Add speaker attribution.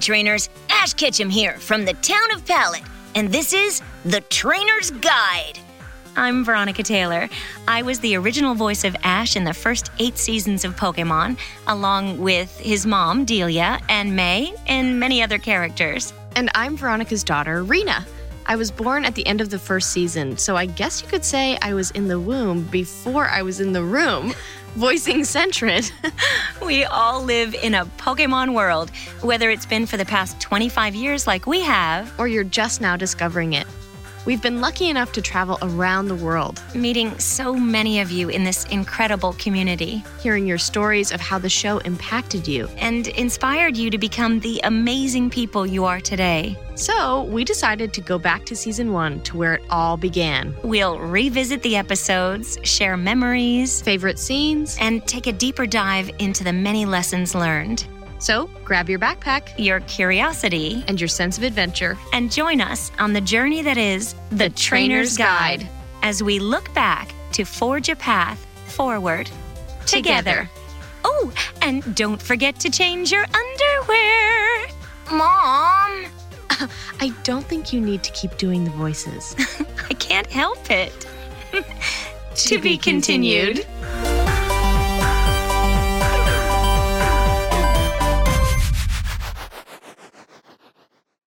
Speaker 1: trainers, Ash Ketchum here from the town of Pallet, and this is The Trainer's Guide.
Speaker 2: I'm Veronica Taylor. I was the original voice of Ash in the first eight seasons of Pokemon, along with his mom, Delia, and May, and many other characters.
Speaker 3: And I'm Veronica's daughter, Rena. I was born at the end of the first season, so I guess you could say I was in the womb before I was in the room, voicing Centrin.
Speaker 2: We all live in a Pokemon world, whether it's been for the past 25 years like we have,
Speaker 3: or you're just now discovering it. We've been lucky enough to travel around the world,
Speaker 2: meeting so many of you in this incredible community,
Speaker 3: hearing your stories of how the show impacted you.
Speaker 2: and inspired you to become the amazing people you are today.
Speaker 3: So we decided to go back to season one to where it all began.
Speaker 2: We'll revisit the episodes, share memories,
Speaker 3: Favorite scenes?
Speaker 2: and take a deeper dive into the many lessons learned,
Speaker 3: So grab your backpack
Speaker 2: your curiosity,
Speaker 3: and your sense of adventure.
Speaker 2: and join us on the journey that is the,
Speaker 3: Trainer's Guide.
Speaker 2: as we look back to forge a path forward together.
Speaker 3: Together.
Speaker 2: Oh, and don't forget to change your underwear.
Speaker 1: Mom,
Speaker 3: I don't think you need to keep doing the voices.
Speaker 2: I can't help it.
Speaker 3: To be continued.